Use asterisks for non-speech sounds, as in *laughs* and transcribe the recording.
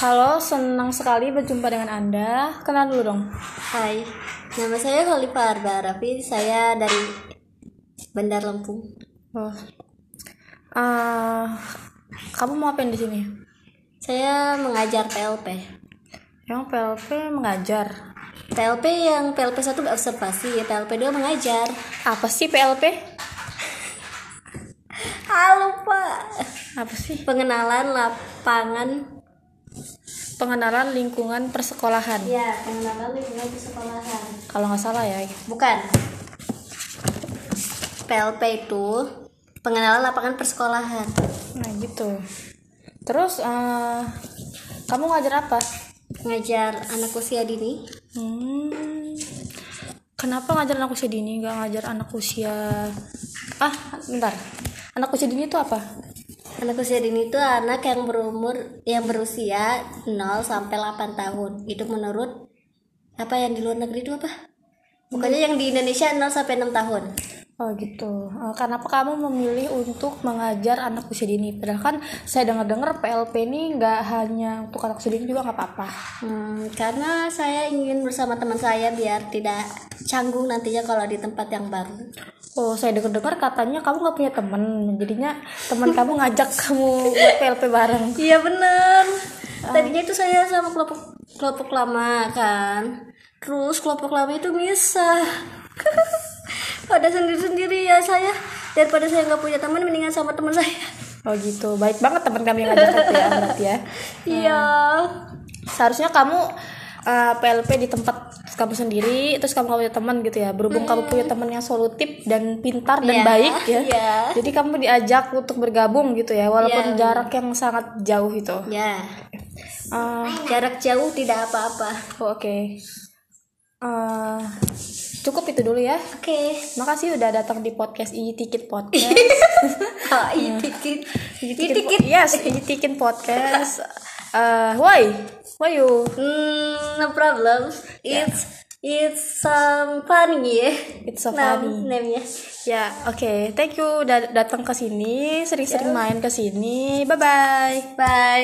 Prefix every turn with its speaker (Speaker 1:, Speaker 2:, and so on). Speaker 1: Halo, senang sekali berjumpa dengan Anda. Kenal dulu dong.
Speaker 2: Hai, nama saya Khalifa Arda Arafi. Saya dari Bandar Lampung.
Speaker 1: Oh. Eh, kamu mau apain di sini?
Speaker 2: Saya mengajar PLP.
Speaker 1: Yang PLP mengajar.
Speaker 2: PLP yang PLP 1 observasi, ya, PLP 2 mengajar.
Speaker 1: Apa sih PLP?
Speaker 2: Ah, lupa.
Speaker 1: Apa sih?
Speaker 2: Pengenalan lapangan.
Speaker 1: Pengenalan lingkungan persekolahan.
Speaker 2: Ya, pengenalan lingkungan persekolahan.
Speaker 1: Kalau nggak salah ya.
Speaker 2: Bukan. PLP itu pengenalan lapangan persekolahan.
Speaker 1: Nah gitu. Terus eh, kamu ngajar apa?
Speaker 2: Mengajar anak usia dini.
Speaker 1: Hmm. Kenapa ngajar anak usia dini nggak ngajar anak usia ah bentar anak usia dini itu apa
Speaker 2: Anak usia dini itu anak yang berumur yang berusia 0 sampai 8 tahun. Itu menurut apa yang di luar negeri itu apa? Pokoknya yang di Indonesia 0 sampai 6 tahun.
Speaker 1: oh gitu Eh, kenapa kamu memilih untuk mengajar anak usia dini padahal kan saya dengar dengar PLP ini nggak hanya untuk anak usia dini juga nggak apa-apa
Speaker 2: Hmm, karena saya ingin bersama teman saya biar tidak canggung nantinya kalau di tempat yang baru.
Speaker 1: oh saya dengar dengar katanya kamu nggak punya temen jadinya teman kamu ngajak kamu buat PLP bareng
Speaker 2: Iya bener. Tadinya itu saya sama kelompok kelompok lama kan. Terus kelompok lama itu misah. *laughs* Pada sendiri-sendiri ya saya. Daripada saya nggak punya teman, mendingan sama teman saya.
Speaker 1: oh gitu baik banget teman kami yang ngajak aku ya berarti ya
Speaker 2: Iya.
Speaker 1: seharusnya kamu uh, PLP di tempat kamu sendiri terus kamu nggak punya teman gitu ya berhubung kamu punya teman yang solutif dan pintar dan
Speaker 2: Hmm. Iya,
Speaker 1: baik ya
Speaker 2: iya.
Speaker 1: jadi kamu diajak untuk bergabung gitu ya walaupun
Speaker 2: Iya.
Speaker 1: jarak yang sangat jauh itu
Speaker 2: Ya.
Speaker 1: Uh,
Speaker 2: Jarak jauh tidak apa-apa.
Speaker 1: oh, oke Uh, cukup itu dulu ya
Speaker 2: Oke.
Speaker 1: makasih udah datang di podcast ini tiket podcast
Speaker 2: *laughs* Ah, iya, dikit.
Speaker 1: Iyi Tiket- yes ini tiket podcast uh, why why you
Speaker 2: Hmm, no problem. It's it's some fun ya.
Speaker 1: it's so
Speaker 2: Nam-
Speaker 1: funny
Speaker 2: name-nya.
Speaker 1: Ya, oke. Thank you udah datang ke sini, sering-sering main ke sini. Bye bye.
Speaker 2: Bye.